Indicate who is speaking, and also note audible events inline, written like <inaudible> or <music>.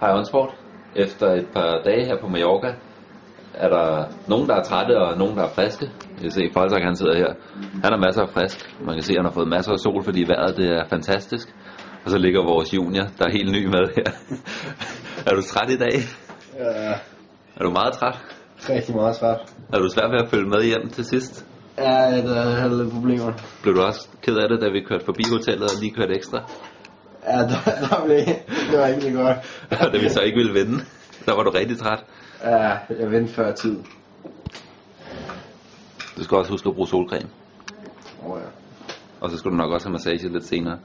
Speaker 1: Hej Onsport. Efter et par dage her på Mallorca, er der nogen, der er trætte og nogen, der er friske. Jeg kan se, Folsak han sidder her. Han er masser af frisk. Man kan se, at han har fået masser af sol, fordi vejret det er fantastisk. Og så ligger vores junior, der er helt ny med her. <laughs> er du træt i dag?
Speaker 2: Jeg er
Speaker 1: Er du meget træt?
Speaker 2: rigtig meget træt.
Speaker 1: Er du svær ved at følge med hjem til sidst?
Speaker 2: Ja, der er lidt problemer.
Speaker 1: Blev du også ked af det, da vi kørte forbi hotellet og lige kørte ekstra? <laughs>
Speaker 2: Ja, der, der blev, det var ikke så godt.
Speaker 1: Og da vi så ikke ville vinde, der var du rigtig træt.
Speaker 2: Ja, jeg vendte før tid.
Speaker 1: Du skal også huske at bruge solcreme.
Speaker 2: Oh, ja.
Speaker 1: Og så skal du nok også have massage lidt senere.